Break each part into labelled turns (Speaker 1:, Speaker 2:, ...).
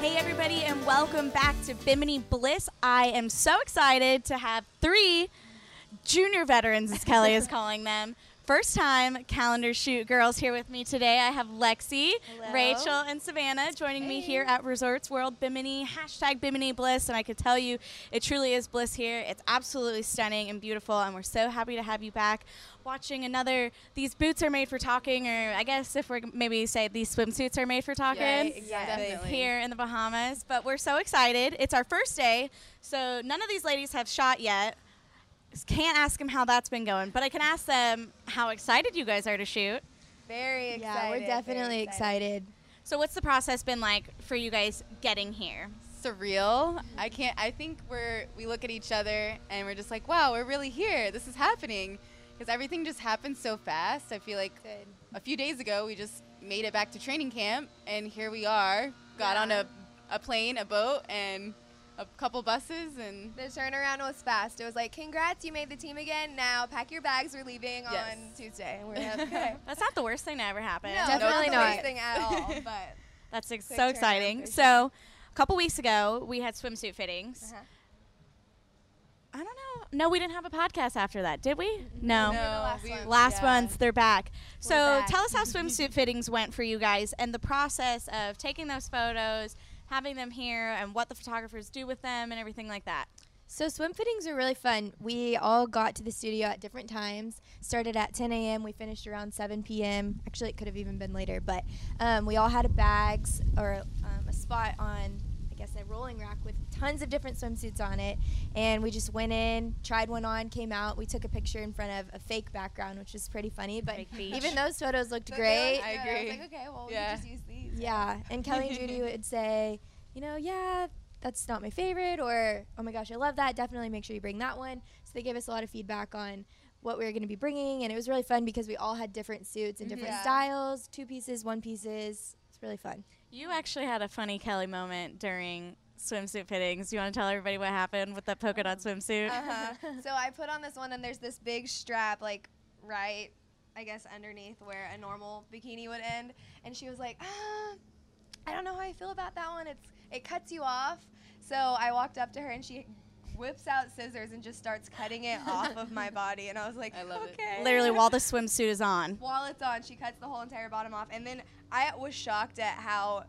Speaker 1: Hey, everybody, and welcome back to Bimini Bliss. I am so excited to have three junior veterans, as Kelly is calling them. First time calendar shoot girls here with me today. I have Lexi,
Speaker 2: Hello.
Speaker 1: Rachel, and Savannah joining me here at Resorts World Bimini, hashtag Bimini Bliss. And I could tell you, it truly is bliss here. It's absolutely stunning and beautiful. And we're so happy to have you back watching another These Boots Are Made for Talking, or I guess if we're maybe say These Swimsuits Are Made for Talking
Speaker 2: exactly.
Speaker 3: Definitely.
Speaker 1: e-, here in the Bahamas, but we're so excited. It's our first day, so none of these ladies have shot yet. Can't ask them how that's been going, but I can ask them how excited you guys are to shoot.
Speaker 3: Very excited.
Speaker 2: Yeah, we're
Speaker 3: very
Speaker 2: definitely excited.
Speaker 1: So, what's the process been like for you guys getting here?
Speaker 3: Surreal. I can't. I think we're we look at each other and we're just like, wow, we're really here. This is happening because everything just happened so fast. I feel like a few days ago we just made it back to training camp and here we are. Got on a a plane, a boat, and a couple buses and
Speaker 4: The turnaround was fast. It was like, congrats, you made the team again. Now pack your bags. We're leaving
Speaker 3: Yes.
Speaker 4: on Tuesday. And we're like, okay.
Speaker 1: That's not the worst thing that ever happened.
Speaker 4: no,
Speaker 2: Definitely
Speaker 4: not the
Speaker 2: not.
Speaker 4: worst thing at all. But
Speaker 1: That's ex-
Speaker 4: Quick
Speaker 1: so
Speaker 4: turnaround
Speaker 1: exciting.
Speaker 4: for sure.
Speaker 1: So, a couple weeks ago, we had swimsuit fittings.
Speaker 4: Uh-huh.
Speaker 1: I don't know. No, we didn't have a podcast after that, did we? No.
Speaker 4: last
Speaker 3: we-
Speaker 4: one.
Speaker 1: Last
Speaker 3: yeah.
Speaker 1: ones, they're back. So
Speaker 4: back.
Speaker 1: tell us how swimsuit fittings went for you guys and the process of taking those photos, having them here, and what the photographers do with them and everything like that.
Speaker 2: So swim fittings are really fun. We all got to the studio at different times. Started at 10 a.m. We finished around 7 p.m. Actually, it could have even been later, but um, we all had a bags or um, a spot on, I guess, a rolling rack with tons of different swimsuits on it. And we just went in, tried one on, came out. We took a picture in front of a fake background, which was pretty funny. But
Speaker 1: Fake beach.
Speaker 2: even those photos looked
Speaker 4: but they
Speaker 2: great.
Speaker 4: looked
Speaker 3: I
Speaker 4: good.
Speaker 3: agree.
Speaker 4: I was like, okay, well,
Speaker 3: Yeah.
Speaker 4: we just use these.
Speaker 2: Yeah, and Kelly and Judy would say, you know, yeah, that's not my favorite, or oh my gosh, I love that. Definitely make sure you bring that one. So they gave us a lot of feedback on what we were going to be bringing, and it was really fun because we all had different suits and different
Speaker 4: Yeah.
Speaker 2: styles, two pieces, one pieces. It's really fun.
Speaker 1: You actually had a funny Kelly moment during swimsuit fittings. You want to tell everybody what happened with that polka dot swimsuit?
Speaker 4: Uh-huh. so I put on this one, and there's this big strap, like right, I guess, underneath where a normal bikini would end. And she was like, ah, I don't know how I feel about that one. It's it cuts you off. So I walked up to her, and she whips out scissors and just starts cutting it off of my body. And I was like,
Speaker 3: I love it.
Speaker 4: okay.
Speaker 1: Literally, while the swimsuit is on.
Speaker 4: while it's on, she cuts the whole entire bottom off, and then I was shocked at how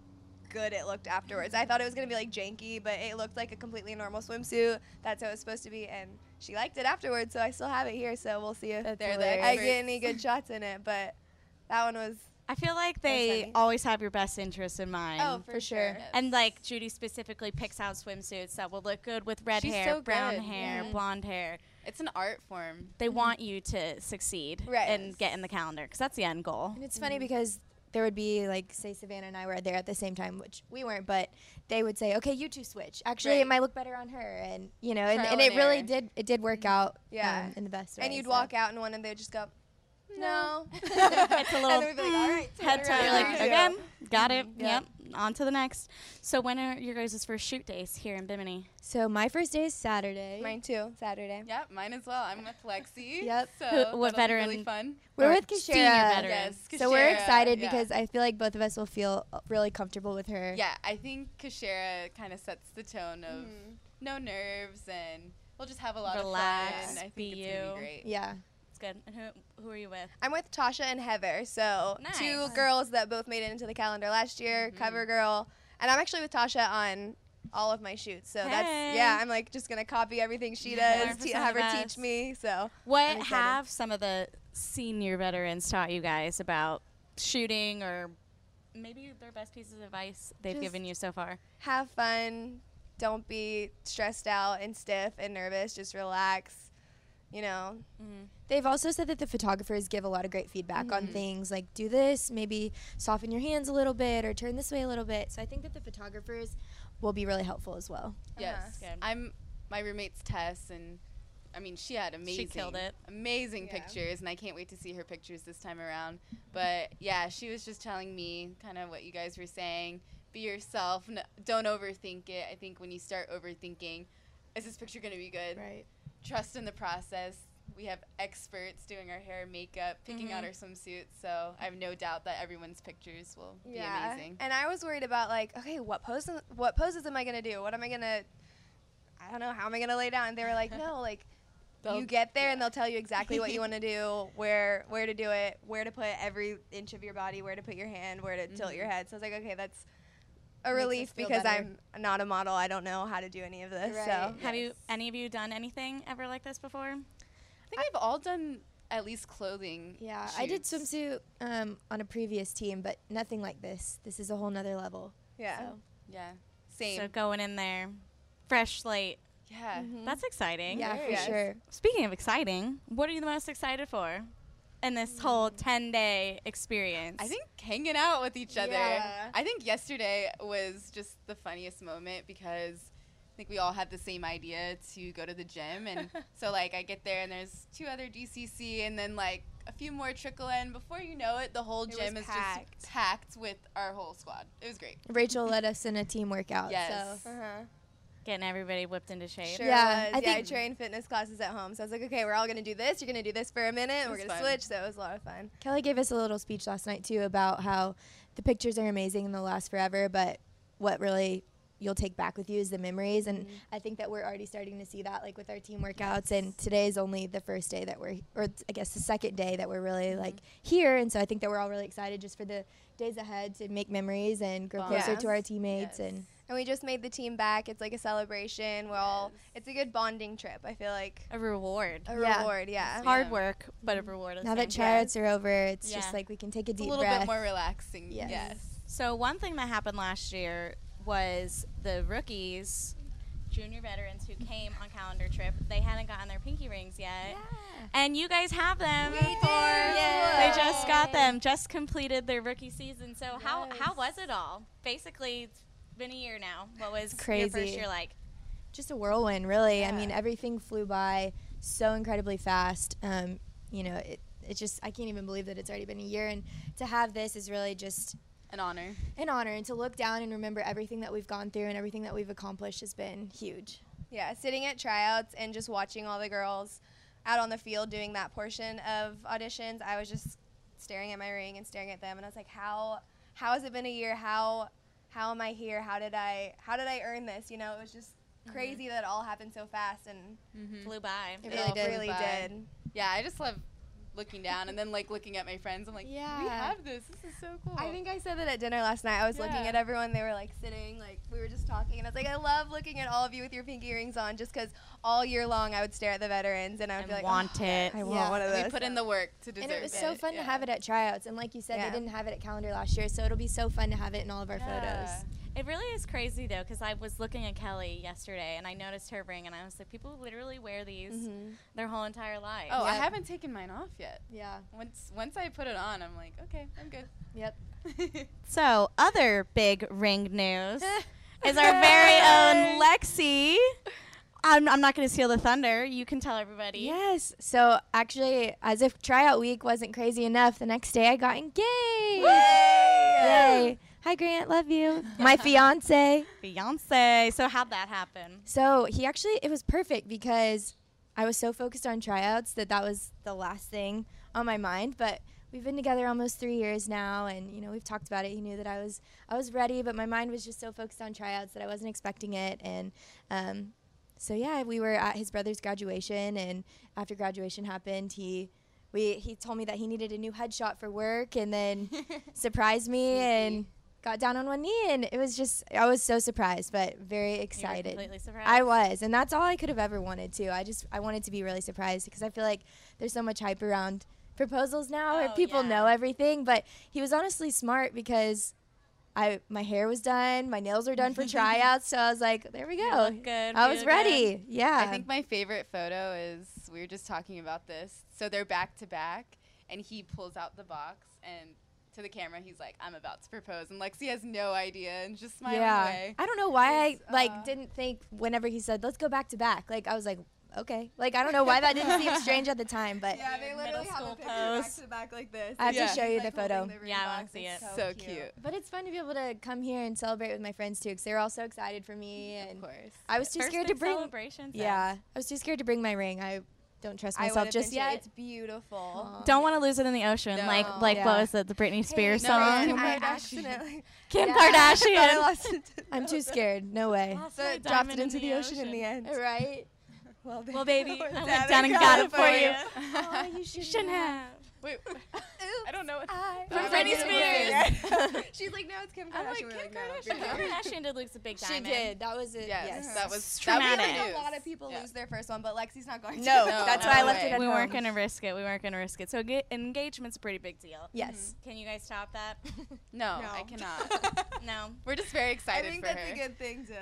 Speaker 4: good it looked afterwards. I thought it was gonna be like janky, but it looked like a completely normal swimsuit. That's how it was supposed to be, and she liked it afterwards. So I still have it here, so we'll see if
Speaker 2: That's
Speaker 4: they're
Speaker 2: hilarious.
Speaker 4: I get any good shots in it. But that one was
Speaker 1: I feel like
Speaker 4: was
Speaker 1: they
Speaker 4: funny.
Speaker 1: always have your best interests in mind.
Speaker 4: oh for,
Speaker 2: for
Speaker 4: sure.
Speaker 2: sure.
Speaker 1: And like Judy specifically picks out swimsuits that will look good with red
Speaker 3: She's
Speaker 1: hair,
Speaker 3: so
Speaker 1: brown
Speaker 3: good.
Speaker 1: hair,
Speaker 4: Mm-hmm.
Speaker 3: Yeah.
Speaker 1: blonde hair.
Speaker 3: It's an art form.
Speaker 1: They want you to succeed
Speaker 4: Right.
Speaker 1: and get in the calendar because that's the end goal.
Speaker 2: And it's funny
Speaker 4: Mm-hmm.
Speaker 2: because there would be like say Savannah and I were there at the same time, which we weren't, but they would say, "Okay, you two switch. Actually,
Speaker 3: Right.
Speaker 2: it might look better on her." And you know, and,
Speaker 3: Trial and
Speaker 2: and it really
Speaker 3: error.
Speaker 2: did it did work out
Speaker 4: Mm-hmm. Yeah.
Speaker 2: um, in the best way.
Speaker 4: And you'd
Speaker 2: so.
Speaker 4: walk out in one, and they'd just go, no.
Speaker 1: it's a little mm,
Speaker 4: and then we'd be like, all right, turn
Speaker 1: head
Speaker 4: around."
Speaker 1: turn. You're like,
Speaker 4: Yeah.
Speaker 1: again, got it.
Speaker 4: Yeah.
Speaker 1: Yep. On to the next. So when are your guys' first shoot days here in Bimini?
Speaker 2: So my first day is Saturday.
Speaker 4: Mine too. Saturday.
Speaker 3: Yep, mine as well. I'm with Lexi.
Speaker 2: Yep.
Speaker 3: So
Speaker 1: Who- what
Speaker 3: that'll be
Speaker 1: veteran-
Speaker 3: Really fun.
Speaker 2: We're
Speaker 1: Or
Speaker 2: with
Speaker 1: senior
Speaker 2: Kashira.
Speaker 1: veteran.
Speaker 3: Yes.
Speaker 2: So we're
Speaker 3: Kashara,
Speaker 2: excited
Speaker 3: yeah.
Speaker 2: because I feel like both of us will feel uh, really comfortable with her.
Speaker 3: Yeah, I think Kashara kind of sets the tone of no nerves and we'll just have a lot of
Speaker 1: Relax,
Speaker 3: fun. and I think
Speaker 1: be
Speaker 3: it's gonna
Speaker 1: you.
Speaker 3: be great.
Speaker 2: Yeah.
Speaker 1: It's good. And who who are you with?
Speaker 4: I'm with Tasha and Heather, so
Speaker 1: Nice.
Speaker 4: two
Speaker 1: Nice. Mm-hmm.
Speaker 4: girls that both made it into the calendar last year, Cover Girl, and I'm actually with Tasha on all of my shoots. So
Speaker 1: Hey.
Speaker 4: that's yeah, I'm like just gonna copy everything she does, te-
Speaker 1: 100%
Speaker 4: have
Speaker 1: the
Speaker 4: her
Speaker 1: best.
Speaker 4: teach me. So
Speaker 1: What
Speaker 4: excited.
Speaker 1: have some of the senior veterans taught you guys about shooting or maybe their best pieces of advice they've
Speaker 4: Just-
Speaker 1: given you so far?
Speaker 4: have fun, don't be stressed out and stiff and nervous. Just relax, you know.
Speaker 2: They've also said that the photographers give a lot of great feedback on
Speaker 3: Mm-hmm.
Speaker 2: things like do this, maybe soften your hands a little bit or turn this way a little bit. So I think that the photographers will be really helpful as well.
Speaker 3: Yes.
Speaker 1: Good.
Speaker 3: I'm my roommate's Tess and I mean she had amazing
Speaker 1: killed it.
Speaker 3: Amazing
Speaker 4: Yeah.
Speaker 3: pictures and I can't wait to see her pictures this time around. But yeah, she was just telling me kind of what you guys were saying. Be yourself. No, don't overthink it. I think when you start overthinking, is this picture going to be good?
Speaker 2: Right.
Speaker 3: Trust in the process. we have experts doing our hair, makeup, picking out our swimsuits. So I have no doubt that everyone's pictures will be amazing.
Speaker 4: And I was worried about like, okay, what poses what poses am I gonna do? What am I gonna I don't know, how am I gonna lay down? And they were like, No, like
Speaker 3: They'll-
Speaker 4: you get there and
Speaker 3: yeah.
Speaker 4: they'll tell you exactly what you wanna do, where where to do it, where to put every inch of your body, where to put your hand, where to tilt your head. So I was like, Okay, that's a
Speaker 2: us
Speaker 4: relief
Speaker 2: feel
Speaker 4: because
Speaker 2: better.
Speaker 4: I'm not a model. I don't know how to do any of this. So
Speaker 2: Right.
Speaker 1: Have you
Speaker 2: Yes.
Speaker 1: any of you done anything ever like this before?
Speaker 3: I think we've all done at least clothing.
Speaker 2: Yeah, I did
Speaker 3: shoots.
Speaker 2: swimsuit um, on a previous team, but nothing like this. This is a whole nother level.
Speaker 4: yeah.
Speaker 2: So,
Speaker 3: Yeah, same. Mm-hmm.
Speaker 1: So going in there, fresh slate.
Speaker 3: yeah.
Speaker 4: Mm-hmm.
Speaker 1: That's exciting.
Speaker 2: yeah,
Speaker 3: Yes.
Speaker 2: for sure.
Speaker 1: Speaking of exciting, what are you the most excited for in this whole 10 day experience?
Speaker 3: I think hanging out with each other.
Speaker 4: Yeah.
Speaker 3: I think yesterday was just the funniest moment because I think we all had the same idea to go to the gym. And so, like, I get there and there's two other GCC and then, like, a few more trickle in. Before you know it, the whole
Speaker 4: was
Speaker 3: gym is
Speaker 4: packed.
Speaker 3: just packed with our whole squad. It was great.
Speaker 2: Rachel led us in a team workout.
Speaker 3: Yes.
Speaker 2: So.
Speaker 4: Uh-huh.
Speaker 1: getting everybody whipped into shape.
Speaker 4: Sure
Speaker 2: Yeah,
Speaker 4: was.
Speaker 2: I
Speaker 4: yeah, I
Speaker 2: think-
Speaker 4: trained fitness classes at home, so I was like, okay, we're all gonna do this. You're gonna do this for a minute, and we're
Speaker 3: was
Speaker 4: gonna
Speaker 3: fun.
Speaker 4: switch. So it was a lot of fun.
Speaker 2: Kelly gave us a little speech last night too about how the pictures are amazing and they'll last forever, but what really you'll take back with you is the memories. And
Speaker 3: Mm-hmm.
Speaker 2: I think that we're already starting to see that, like with our team workouts. And today is only the first day that we're, or it's, I guess the second day that we're really
Speaker 3: Mm-hmm.
Speaker 2: like here. And so I think that we're all really excited just for the days ahead to make memories and grow
Speaker 3: Bonds.
Speaker 2: closer to our
Speaker 3: Yes.
Speaker 2: teammates.
Speaker 3: Yes.
Speaker 2: And
Speaker 4: And we just made the team back. It's like a celebration. We're all.
Speaker 3: Yes.
Speaker 4: It's a good bonding trip. I feel like
Speaker 1: A reward.
Speaker 4: a
Speaker 2: Yeah.
Speaker 4: reward. Oh, Yeah.
Speaker 3: Yeah.
Speaker 1: Hard work, but a reward. at the
Speaker 2: now that
Speaker 1: same time.
Speaker 2: tryouts are over, it's
Speaker 1: Yeah.
Speaker 2: just like we can take a
Speaker 3: It's a
Speaker 2: deep
Speaker 3: little
Speaker 2: breath.
Speaker 3: bit more relaxing.
Speaker 2: Yes.
Speaker 3: Yes.
Speaker 1: So one thing that happened last year was the rookies, junior veterans who came on calendar trip, they hadn't gotten their pinky rings yet. And you guys have them.
Speaker 4: We do.
Speaker 1: They just got
Speaker 2: Yay.
Speaker 1: them. Just completed their rookie season. So how how
Speaker 4: Nice.
Speaker 1: was it all? Basically, it's been a year now. What was your first
Speaker 2: Crazy.
Speaker 1: year like?
Speaker 2: just a whirlwind, really. I
Speaker 3: Yeah.
Speaker 2: mean, everything flew by so incredibly fast. Um, you know, it, it just, I can't even believe that it's already been a year. And to have this is really just
Speaker 3: An honor.
Speaker 2: an honor. And to look down and remember everything that we've gone through and everything that we've accomplished has been huge.
Speaker 4: Yeah. Sitting at tryouts and just watching all the girls out on the field doing that portion of auditions, I was just staring at my ring and staring at them, and I was like, how how has it been a year? How how am I here? How did I how did I earn this? You know, it was just crazy that it all happened so fast and
Speaker 1: Flew by.
Speaker 2: Mm-hmm. It
Speaker 4: Mm. it
Speaker 2: really did.
Speaker 4: really
Speaker 3: Bye.
Speaker 4: did.
Speaker 3: Mm-hmm. Yeah, I just love looking down and then, like, looking at my friends. I'm like, we
Speaker 2: Yeah.
Speaker 3: have this. This is so cool.
Speaker 4: I think I said that at dinner last night. I was looking
Speaker 3: Yeah.
Speaker 4: at everyone. They were like sitting, like we were just talking, and I was like, I love looking at all of you with your pinky rings on, just because all year long I would stare at the veterans and I would
Speaker 1: And
Speaker 4: be like,
Speaker 1: want
Speaker 4: "Oh,
Speaker 1: it.
Speaker 4: I want
Speaker 2: Yeah.
Speaker 4: one of those.
Speaker 3: we put in the work to deserve
Speaker 2: And it was so fun
Speaker 3: yeah.
Speaker 2: to have it at tryouts. And like you said,
Speaker 4: Yeah.
Speaker 2: they didn't have it at calendar last year. So it'll be so fun to have it in all of our
Speaker 3: Yeah.
Speaker 2: photos.
Speaker 1: It really is crazy though, because I was looking at Kelly yesterday and I noticed her ring, and I was like, people literally wear these
Speaker 4: Mhm.
Speaker 1: their whole entire life.
Speaker 3: Oh, I
Speaker 2: Yeah.
Speaker 3: haven't taken mine off yet.
Speaker 2: Yeah.
Speaker 3: Once once I put it on, I'm like, okay, I'm good.
Speaker 2: Yep.
Speaker 1: So, other big ring news is our very own Lexi. I'm, I'm not going to steal the thunder. You can tell everybody.
Speaker 2: Yes. So actually, as if tryout week wasn't crazy enough, the next day I got engaged. Yay! Hi Grant, love you. My fiance.
Speaker 1: Beyonce. So, how'd that happen?
Speaker 2: Mm-hmm. So he actually, it was perfect because I was so focused on tryouts that that was the last thing on my mind. But we've been together almost three years now, and you know we've talked about it. He knew that I was I was ready, but my mind was just so focused on tryouts that I wasn't expecting it. And um, so yeah, we were at his brother's graduation, and after graduation happened, he. We, he told me that he needed a new headshot for work and then surprised me and got down on one knee and it was just I was so surprised but very
Speaker 1: You were
Speaker 2: excited.
Speaker 1: completely surprised.
Speaker 2: I was, and that's all I could have ever wanted to. I just I wanted to be really surprised because I feel like there's so much hype around proposals now, where
Speaker 1: Oh,
Speaker 2: people
Speaker 1: yeah.
Speaker 2: know everything. But he was honestly smart because I my hair was done, my nails were done for tryouts, so I was like, there we go.
Speaker 1: look good,
Speaker 2: I
Speaker 1: you
Speaker 2: was
Speaker 1: look
Speaker 2: ready. Yeah.
Speaker 3: I think my favorite photo is we were just talking about this. So they're back to back, and he pulls out the box and to the camera, he's like, "I'm about to propose," and Lexi has no idea and just smiling
Speaker 2: yeah.
Speaker 3: away.
Speaker 2: I don't know why I
Speaker 3: It's,
Speaker 2: like
Speaker 3: uh,
Speaker 2: didn't think whenever he said let's go back to back. Like I was like okay. Like I don't know why that didn't seem strange at the time, but
Speaker 4: yeah, they
Speaker 1: Your
Speaker 4: literally
Speaker 1: middle
Speaker 4: have
Speaker 1: school
Speaker 4: a picture
Speaker 1: pose.
Speaker 4: back to back like this.
Speaker 2: I have
Speaker 3: to
Speaker 4: It's
Speaker 3: show
Speaker 4: just,
Speaker 2: you
Speaker 4: like,
Speaker 2: the photo.
Speaker 4: holding the ring
Speaker 1: Yeah, I wanna
Speaker 4: box.
Speaker 1: see
Speaker 4: It's
Speaker 1: it.
Speaker 3: so cute.
Speaker 2: But it's fun to be able to come here and celebrate with my friends too, because they were all so excited for me.
Speaker 3: Of
Speaker 2: And
Speaker 3: course.
Speaker 2: I was too
Speaker 1: First
Speaker 2: scared to
Speaker 1: big
Speaker 2: bring.
Speaker 1: celebrations.
Speaker 2: Yeah, I was too scared to bring my ring. I Don't trust
Speaker 4: I would
Speaker 2: myself
Speaker 4: have
Speaker 2: just
Speaker 4: been too.
Speaker 2: yet.
Speaker 4: It's beautiful.
Speaker 2: Aw.
Speaker 1: Don't want to lose it in the ocean, like
Speaker 4: No.
Speaker 1: like what
Speaker 2: Yeah.
Speaker 1: was it, the Britney Spears
Speaker 4: Hey,
Speaker 1: song?
Speaker 3: no,
Speaker 4: man,
Speaker 3: Kim
Speaker 4: I
Speaker 3: Kardashian.
Speaker 4: accidentally.
Speaker 1: Kim
Speaker 4: Yeah. I
Speaker 1: Kardashian.
Speaker 4: lost it.
Speaker 2: I'm too scared. No way.
Speaker 1: Lost
Speaker 4: So
Speaker 1: my
Speaker 4: it dropped
Speaker 1: diamond
Speaker 4: it into the ocean. in the end.
Speaker 2: Right?
Speaker 4: Well,
Speaker 1: Well, baby,
Speaker 4: we're
Speaker 1: I
Speaker 4: down
Speaker 1: went
Speaker 4: in
Speaker 1: down and got it for you.
Speaker 4: California.
Speaker 2: Aw,
Speaker 3: Oh,
Speaker 2: you should
Speaker 1: Shouldn't have.
Speaker 3: Wait, I don't know. What
Speaker 4: I-
Speaker 1: From
Speaker 4: I
Speaker 1: Britney
Speaker 4: was like,
Speaker 3: Spears.
Speaker 4: "Wait." She's like, no, it's Kim Kardashian.
Speaker 1: I'm like
Speaker 4: We're
Speaker 1: Kim
Speaker 4: no,
Speaker 1: Kardashian.
Speaker 4: Britney.
Speaker 1: Kim Kardashian did Luke's a big
Speaker 2: She
Speaker 1: diamond.
Speaker 2: did. That was it.
Speaker 3: yes,
Speaker 2: Yes.
Speaker 3: that
Speaker 4: Yes.
Speaker 3: was
Speaker 1: Traumatic.
Speaker 3: That was
Speaker 4: Like,
Speaker 3: news.
Speaker 4: a lot of people
Speaker 3: Yeah.
Speaker 4: lose their first one, but Lexi's not going
Speaker 2: No,
Speaker 4: to.
Speaker 2: that's
Speaker 3: no
Speaker 2: why I
Speaker 3: way.
Speaker 2: left it at
Speaker 1: We
Speaker 2: home.
Speaker 1: weren't gonna risk it. We weren't gonna risk it. So ge- engagement's a pretty big deal.
Speaker 2: Yes.
Speaker 1: Can you guys top that?
Speaker 3: No, I
Speaker 4: No.
Speaker 3: cannot.
Speaker 1: No.
Speaker 3: We're just very
Speaker 4: I
Speaker 3: excited
Speaker 4: think
Speaker 3: for
Speaker 4: that's
Speaker 3: her.
Speaker 4: a good thing to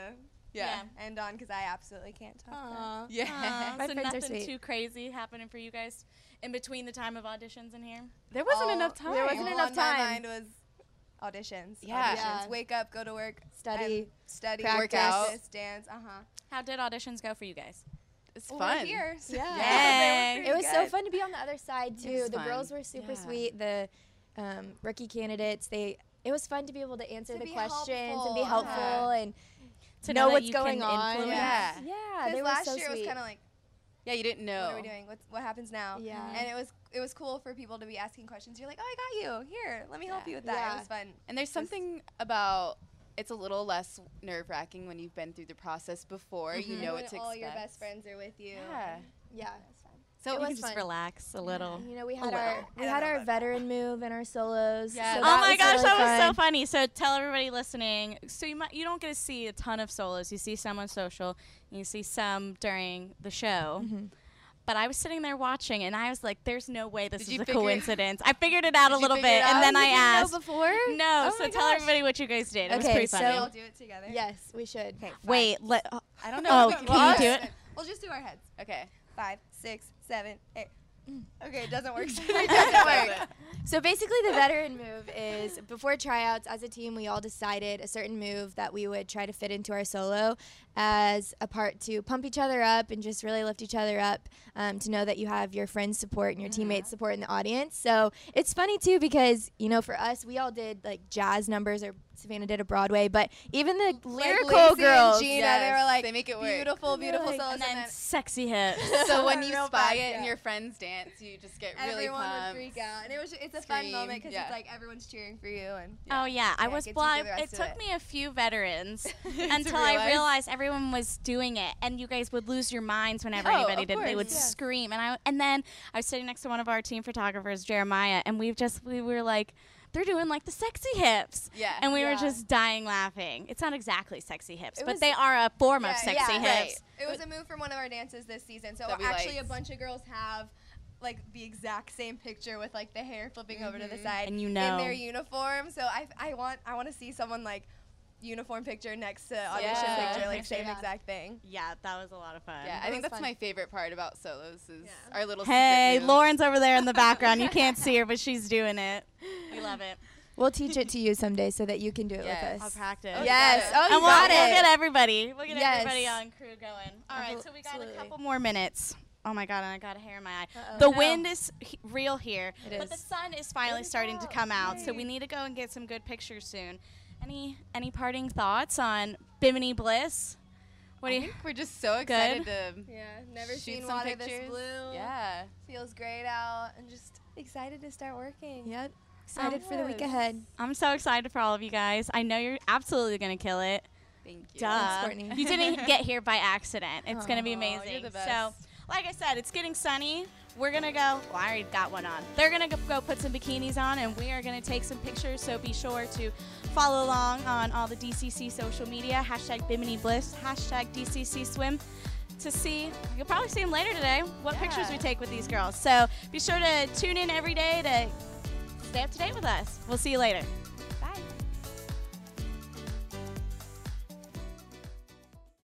Speaker 3: yeah.
Speaker 4: end on because I absolutely can't talk.
Speaker 2: Aw.
Speaker 3: Yeah.
Speaker 4: Um,
Speaker 1: Aw,
Speaker 2: My
Speaker 1: so
Speaker 2: friends are
Speaker 1: nothing
Speaker 2: sweet.
Speaker 1: too crazy happening for you guys in between the time of auditions in here.
Speaker 3: There
Speaker 2: Oh.
Speaker 3: wasn't enough time.
Speaker 2: there wasn't
Speaker 4: all
Speaker 2: enough
Speaker 4: on
Speaker 2: time.
Speaker 4: My mind was auditions.
Speaker 3: Yeah.
Speaker 4: Auditions.
Speaker 2: Yeah.
Speaker 4: Wake up, go to work,
Speaker 2: Study.
Speaker 4: and study,
Speaker 2: Practice.
Speaker 4: practice, dance. Uh huh.
Speaker 1: How did auditions go for you guys?
Speaker 3: It's
Speaker 4: Well,
Speaker 3: fun.
Speaker 4: We're here. so-
Speaker 2: Yeah.
Speaker 1: Yay.
Speaker 4: They were
Speaker 2: It was so
Speaker 4: pretty
Speaker 2: fun to be on the other side too.
Speaker 3: was
Speaker 2: The
Speaker 3: fun.
Speaker 2: girls were super
Speaker 3: Yeah.
Speaker 2: sweet. The um, rookie candidates, they it was fun to be able to answer
Speaker 4: To
Speaker 2: the
Speaker 4: be
Speaker 2: questions and
Speaker 4: helpful,
Speaker 2: be
Speaker 4: yeah.
Speaker 2: helpful and
Speaker 1: To
Speaker 2: know,
Speaker 1: know that
Speaker 2: what's
Speaker 1: you can
Speaker 2: going on.
Speaker 1: influence.
Speaker 2: Yeah,
Speaker 3: Yeah.
Speaker 2: yeah,
Speaker 4: good.
Speaker 2: they
Speaker 4: 'Cause
Speaker 2: were
Speaker 4: last
Speaker 2: so
Speaker 4: year
Speaker 2: sweet.
Speaker 4: was kind of like,
Speaker 3: Yeah, you didn't know.
Speaker 4: what are we doing? What's, what happens now?
Speaker 2: Yeah.
Speaker 4: And it was it was cool for people to be asking questions. You're like, oh, I got you. Here, let me help
Speaker 3: Yeah.
Speaker 4: you with that.
Speaker 2: Yeah.
Speaker 4: It was fun.
Speaker 3: And there's something about it's a little less nerve wracking when you've been through the process before. You
Speaker 1: Mhm.
Speaker 3: know
Speaker 4: when
Speaker 3: what to
Speaker 4: Mm-hmm. all
Speaker 3: expect.
Speaker 4: your best friends are with you.
Speaker 3: Yeah.
Speaker 2: yeah.
Speaker 4: That's fun.
Speaker 3: So
Speaker 2: It
Speaker 1: You
Speaker 2: was
Speaker 1: can just
Speaker 2: fun.
Speaker 1: relax a little. Oh,
Speaker 2: You know, we had
Speaker 3: wow.
Speaker 2: our
Speaker 4: I
Speaker 2: we
Speaker 4: don't
Speaker 2: had
Speaker 4: know
Speaker 2: our
Speaker 4: about
Speaker 2: veteran move and our solos.
Speaker 3: Yeah.
Speaker 2: so
Speaker 1: Oh
Speaker 3: Oh
Speaker 2: that
Speaker 1: my
Speaker 2: was
Speaker 1: gosh,
Speaker 2: really
Speaker 1: that was so
Speaker 2: fun.
Speaker 1: funny. So tell everybody listening. So you might, you don't get to see a ton of solos. You see some on social, and you see some during the show.
Speaker 3: Mm-hmm.
Speaker 1: But I was sitting there watching, and I was like, "There's no way this
Speaker 3: Did
Speaker 1: is
Speaker 3: you
Speaker 1: a
Speaker 3: figure-
Speaker 1: coincidence." I figured it out a
Speaker 3: Did you
Speaker 1: little bit,
Speaker 3: figure it
Speaker 1: and
Speaker 3: out?
Speaker 1: then
Speaker 3: You
Speaker 1: I
Speaker 3: didn't know
Speaker 1: asked,
Speaker 3: before?
Speaker 1: "No."
Speaker 3: Oh
Speaker 1: so
Speaker 3: my
Speaker 1: tell
Speaker 3: gosh.
Speaker 1: everybody what you guys did. It was
Speaker 2: Okay,
Speaker 1: pretty
Speaker 2: so-
Speaker 1: funny.
Speaker 4: We all do it together.
Speaker 2: Yes, we should.
Speaker 4: Okay. five,
Speaker 1: Wait,
Speaker 4: six,
Speaker 1: let,
Speaker 3: I don't
Speaker 1: Oh,
Speaker 3: know.
Speaker 1: can you do it?
Speaker 4: We'll just do our heads.
Speaker 3: Okay.
Speaker 4: Five, six, seven, eight.
Speaker 3: Mm.
Speaker 4: Okay, it doesn't work.
Speaker 2: It doesn't work. So basically, the veteran move is before tryouts, as a team, we all decided a certain move that we would try to fit into our solo as a part to pump each other up and just really lift each other up um, to know that you have your friends' support and your
Speaker 1: Mm-hmm.
Speaker 2: teammates' support in the audience. So it's funny too because, you know, for us, we all did like jazz numbers or Savannah did a Broadway, but even the lyrical
Speaker 4: Lacey and
Speaker 2: girls.
Speaker 4: Gina, they were like
Speaker 3: they make it work.
Speaker 4: beautiful, beautiful
Speaker 2: like-
Speaker 4: solos.
Speaker 1: and then sexy hips.
Speaker 3: So when you
Speaker 4: Real
Speaker 3: spy
Speaker 4: fast,
Speaker 3: it
Speaker 4: yeah.
Speaker 3: and your friends dance, you just get really
Speaker 4: everyone
Speaker 3: pumped.
Speaker 4: would freak out, and it was ju- it's a fun
Speaker 3: Scream,
Speaker 4: moment because
Speaker 3: yeah.
Speaker 4: it's like everyone's cheering for you, and
Speaker 1: Oh yeah, I
Speaker 4: Yeah, it
Speaker 1: was
Speaker 4: gets you
Speaker 1: well. I-
Speaker 4: through the
Speaker 1: It
Speaker 4: rest of
Speaker 1: took
Speaker 4: it.
Speaker 1: me a few veterans
Speaker 3: To
Speaker 1: until I
Speaker 3: realize.
Speaker 1: realized everyone was doing it, and you guys would lose your minds whenever
Speaker 3: Oh,
Speaker 1: anybody
Speaker 3: of
Speaker 1: did. They would
Speaker 3: course. Yeah.
Speaker 1: scream, and I and then I was sitting next to one of our team photographers, Jeremiah, and we've just we were like, they're doing like the sexy hips,
Speaker 3: Yeah.
Speaker 1: and we were
Speaker 2: Yeah.
Speaker 1: just dying laughing. It's not exactly sexy hips,
Speaker 2: It
Speaker 1: but
Speaker 2: was-
Speaker 1: they are a form of
Speaker 4: yeah,
Speaker 1: sexy
Speaker 4: yeah.
Speaker 1: hips.
Speaker 3: Right.
Speaker 4: it was a move from one of our dances this season. So
Speaker 3: That we
Speaker 4: actually,
Speaker 3: liked.
Speaker 4: a bunch of girls have like the exact same picture with like the hair flipping over to the
Speaker 3: Mhm.
Speaker 4: side
Speaker 1: And you
Speaker 4: in
Speaker 1: know.
Speaker 4: their uniform. So I, I want I want to see someone like uniform picture next to audition
Speaker 3: Yeah.
Speaker 4: picture, like
Speaker 2: Picture,
Speaker 4: same
Speaker 2: yeah.
Speaker 4: exact thing.
Speaker 1: Yeah, that was a lot of fun.
Speaker 3: Yeah, I
Speaker 2: That
Speaker 3: think
Speaker 2: was
Speaker 3: that's
Speaker 2: fun.
Speaker 3: my favorite part about solos is
Speaker 4: Yeah.
Speaker 3: our little. secret
Speaker 1: Hey,
Speaker 3: moves.
Speaker 1: Lauren's over there in the background. You can't see her, but she's doing it. We love it.
Speaker 2: We'll teach it to you someday so that you can do it
Speaker 3: Yes.
Speaker 2: with
Speaker 1: I'll
Speaker 2: us.
Speaker 1: practice.
Speaker 3: Oh, you
Speaker 2: yes.
Speaker 3: got
Speaker 2: Oh,
Speaker 3: it.
Speaker 2: you
Speaker 1: and we'll,
Speaker 2: got
Speaker 1: we'll
Speaker 2: it.
Speaker 1: get everybody. We'll get
Speaker 2: Yes.
Speaker 1: everybody on crew going. All right, so we got
Speaker 2: Absolutely.
Speaker 1: a couple more minutes. Oh my god, and I got a hair in my eye.
Speaker 2: Uh-oh.
Speaker 1: The
Speaker 2: No.
Speaker 1: wind is he- real here,
Speaker 2: It
Speaker 1: but the
Speaker 2: is.
Speaker 1: sun is finally
Speaker 4: is
Speaker 1: starting to
Speaker 4: out.
Speaker 1: come out. So we need to go and get some good pictures soon. Any any parting thoughts on Bimini Bliss? What
Speaker 3: I
Speaker 1: do you?
Speaker 3: think we're just so excited to
Speaker 4: Yeah, never
Speaker 3: shoot
Speaker 4: seen
Speaker 3: some
Speaker 4: water
Speaker 3: pictures.
Speaker 4: this blue.
Speaker 3: Yeah.
Speaker 4: feels great out, and just excited to start working.
Speaker 2: Yep. Excited for the week ahead.
Speaker 1: I'm so excited for all of you guys. I know you're absolutely gonna kill it.
Speaker 3: Thank you.
Speaker 1: Duh.
Speaker 2: Courtney.
Speaker 1: You didn't get here by accident. It's going to be
Speaker 3: Aw, you're
Speaker 1: amazing.
Speaker 3: the
Speaker 1: So,
Speaker 3: best.
Speaker 1: like I said, it's getting sunny. We're going to go. Well, I already got one on. They're going to go put some bikinis on, and we are going to take some pictures. So, be sure to follow along on all the DCC social media hashtag Bimini Bliss, hashtag DCC Swim. To see, you'll probably see them later today. What pictures
Speaker 3: Yeah.
Speaker 1: we take with these girls. So be sure to tune in every day to stay up to date with us. We'll see you later.